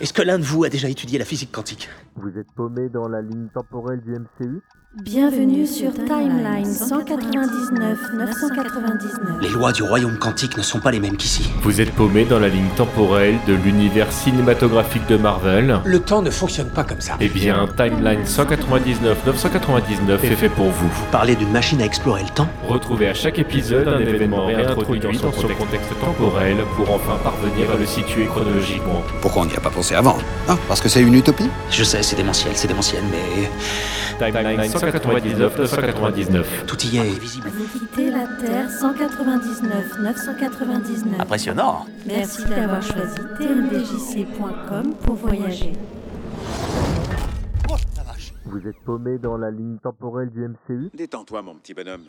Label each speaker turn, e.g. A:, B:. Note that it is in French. A: Est-ce que l'un de vous a déjà étudié la physique quantique
B: Vous êtes paumé dans la ligne temporelle du MCU
C: Bienvenue sur Timeline 199 999.
A: Les lois du royaume quantique ne sont pas les mêmes qu'ici.
D: Vous êtes paumé dans la ligne temporelle de l'univers cinématographique de Marvel.
E: Le temps ne fonctionne pas comme ça.
D: Eh bien, Timeline 199 999 est fait pour vous.
A: Vous parlez d'une machine à explorer le temps
D: Retrouvez à chaque épisode un événement réintroduit dans son contexte temporel pour enfin parvenir à le situer chronologiquement.
F: Pourquoi on n'y a pas pensé avant Ah, parce que c'est une utopie
A: Je sais, c'est démentiel, c'est démentiel, mais
D: Timeline 199 999.
A: tout y est. Invisible.
C: Vous quittez la Terre 199 999.
A: Impressionnant
C: Merci d'avoir choisi tmdjc.com pour voyager.
B: Vous êtes paumé dans la ligne temporelle du MCU
G: Détends-toi, mon petit bonhomme.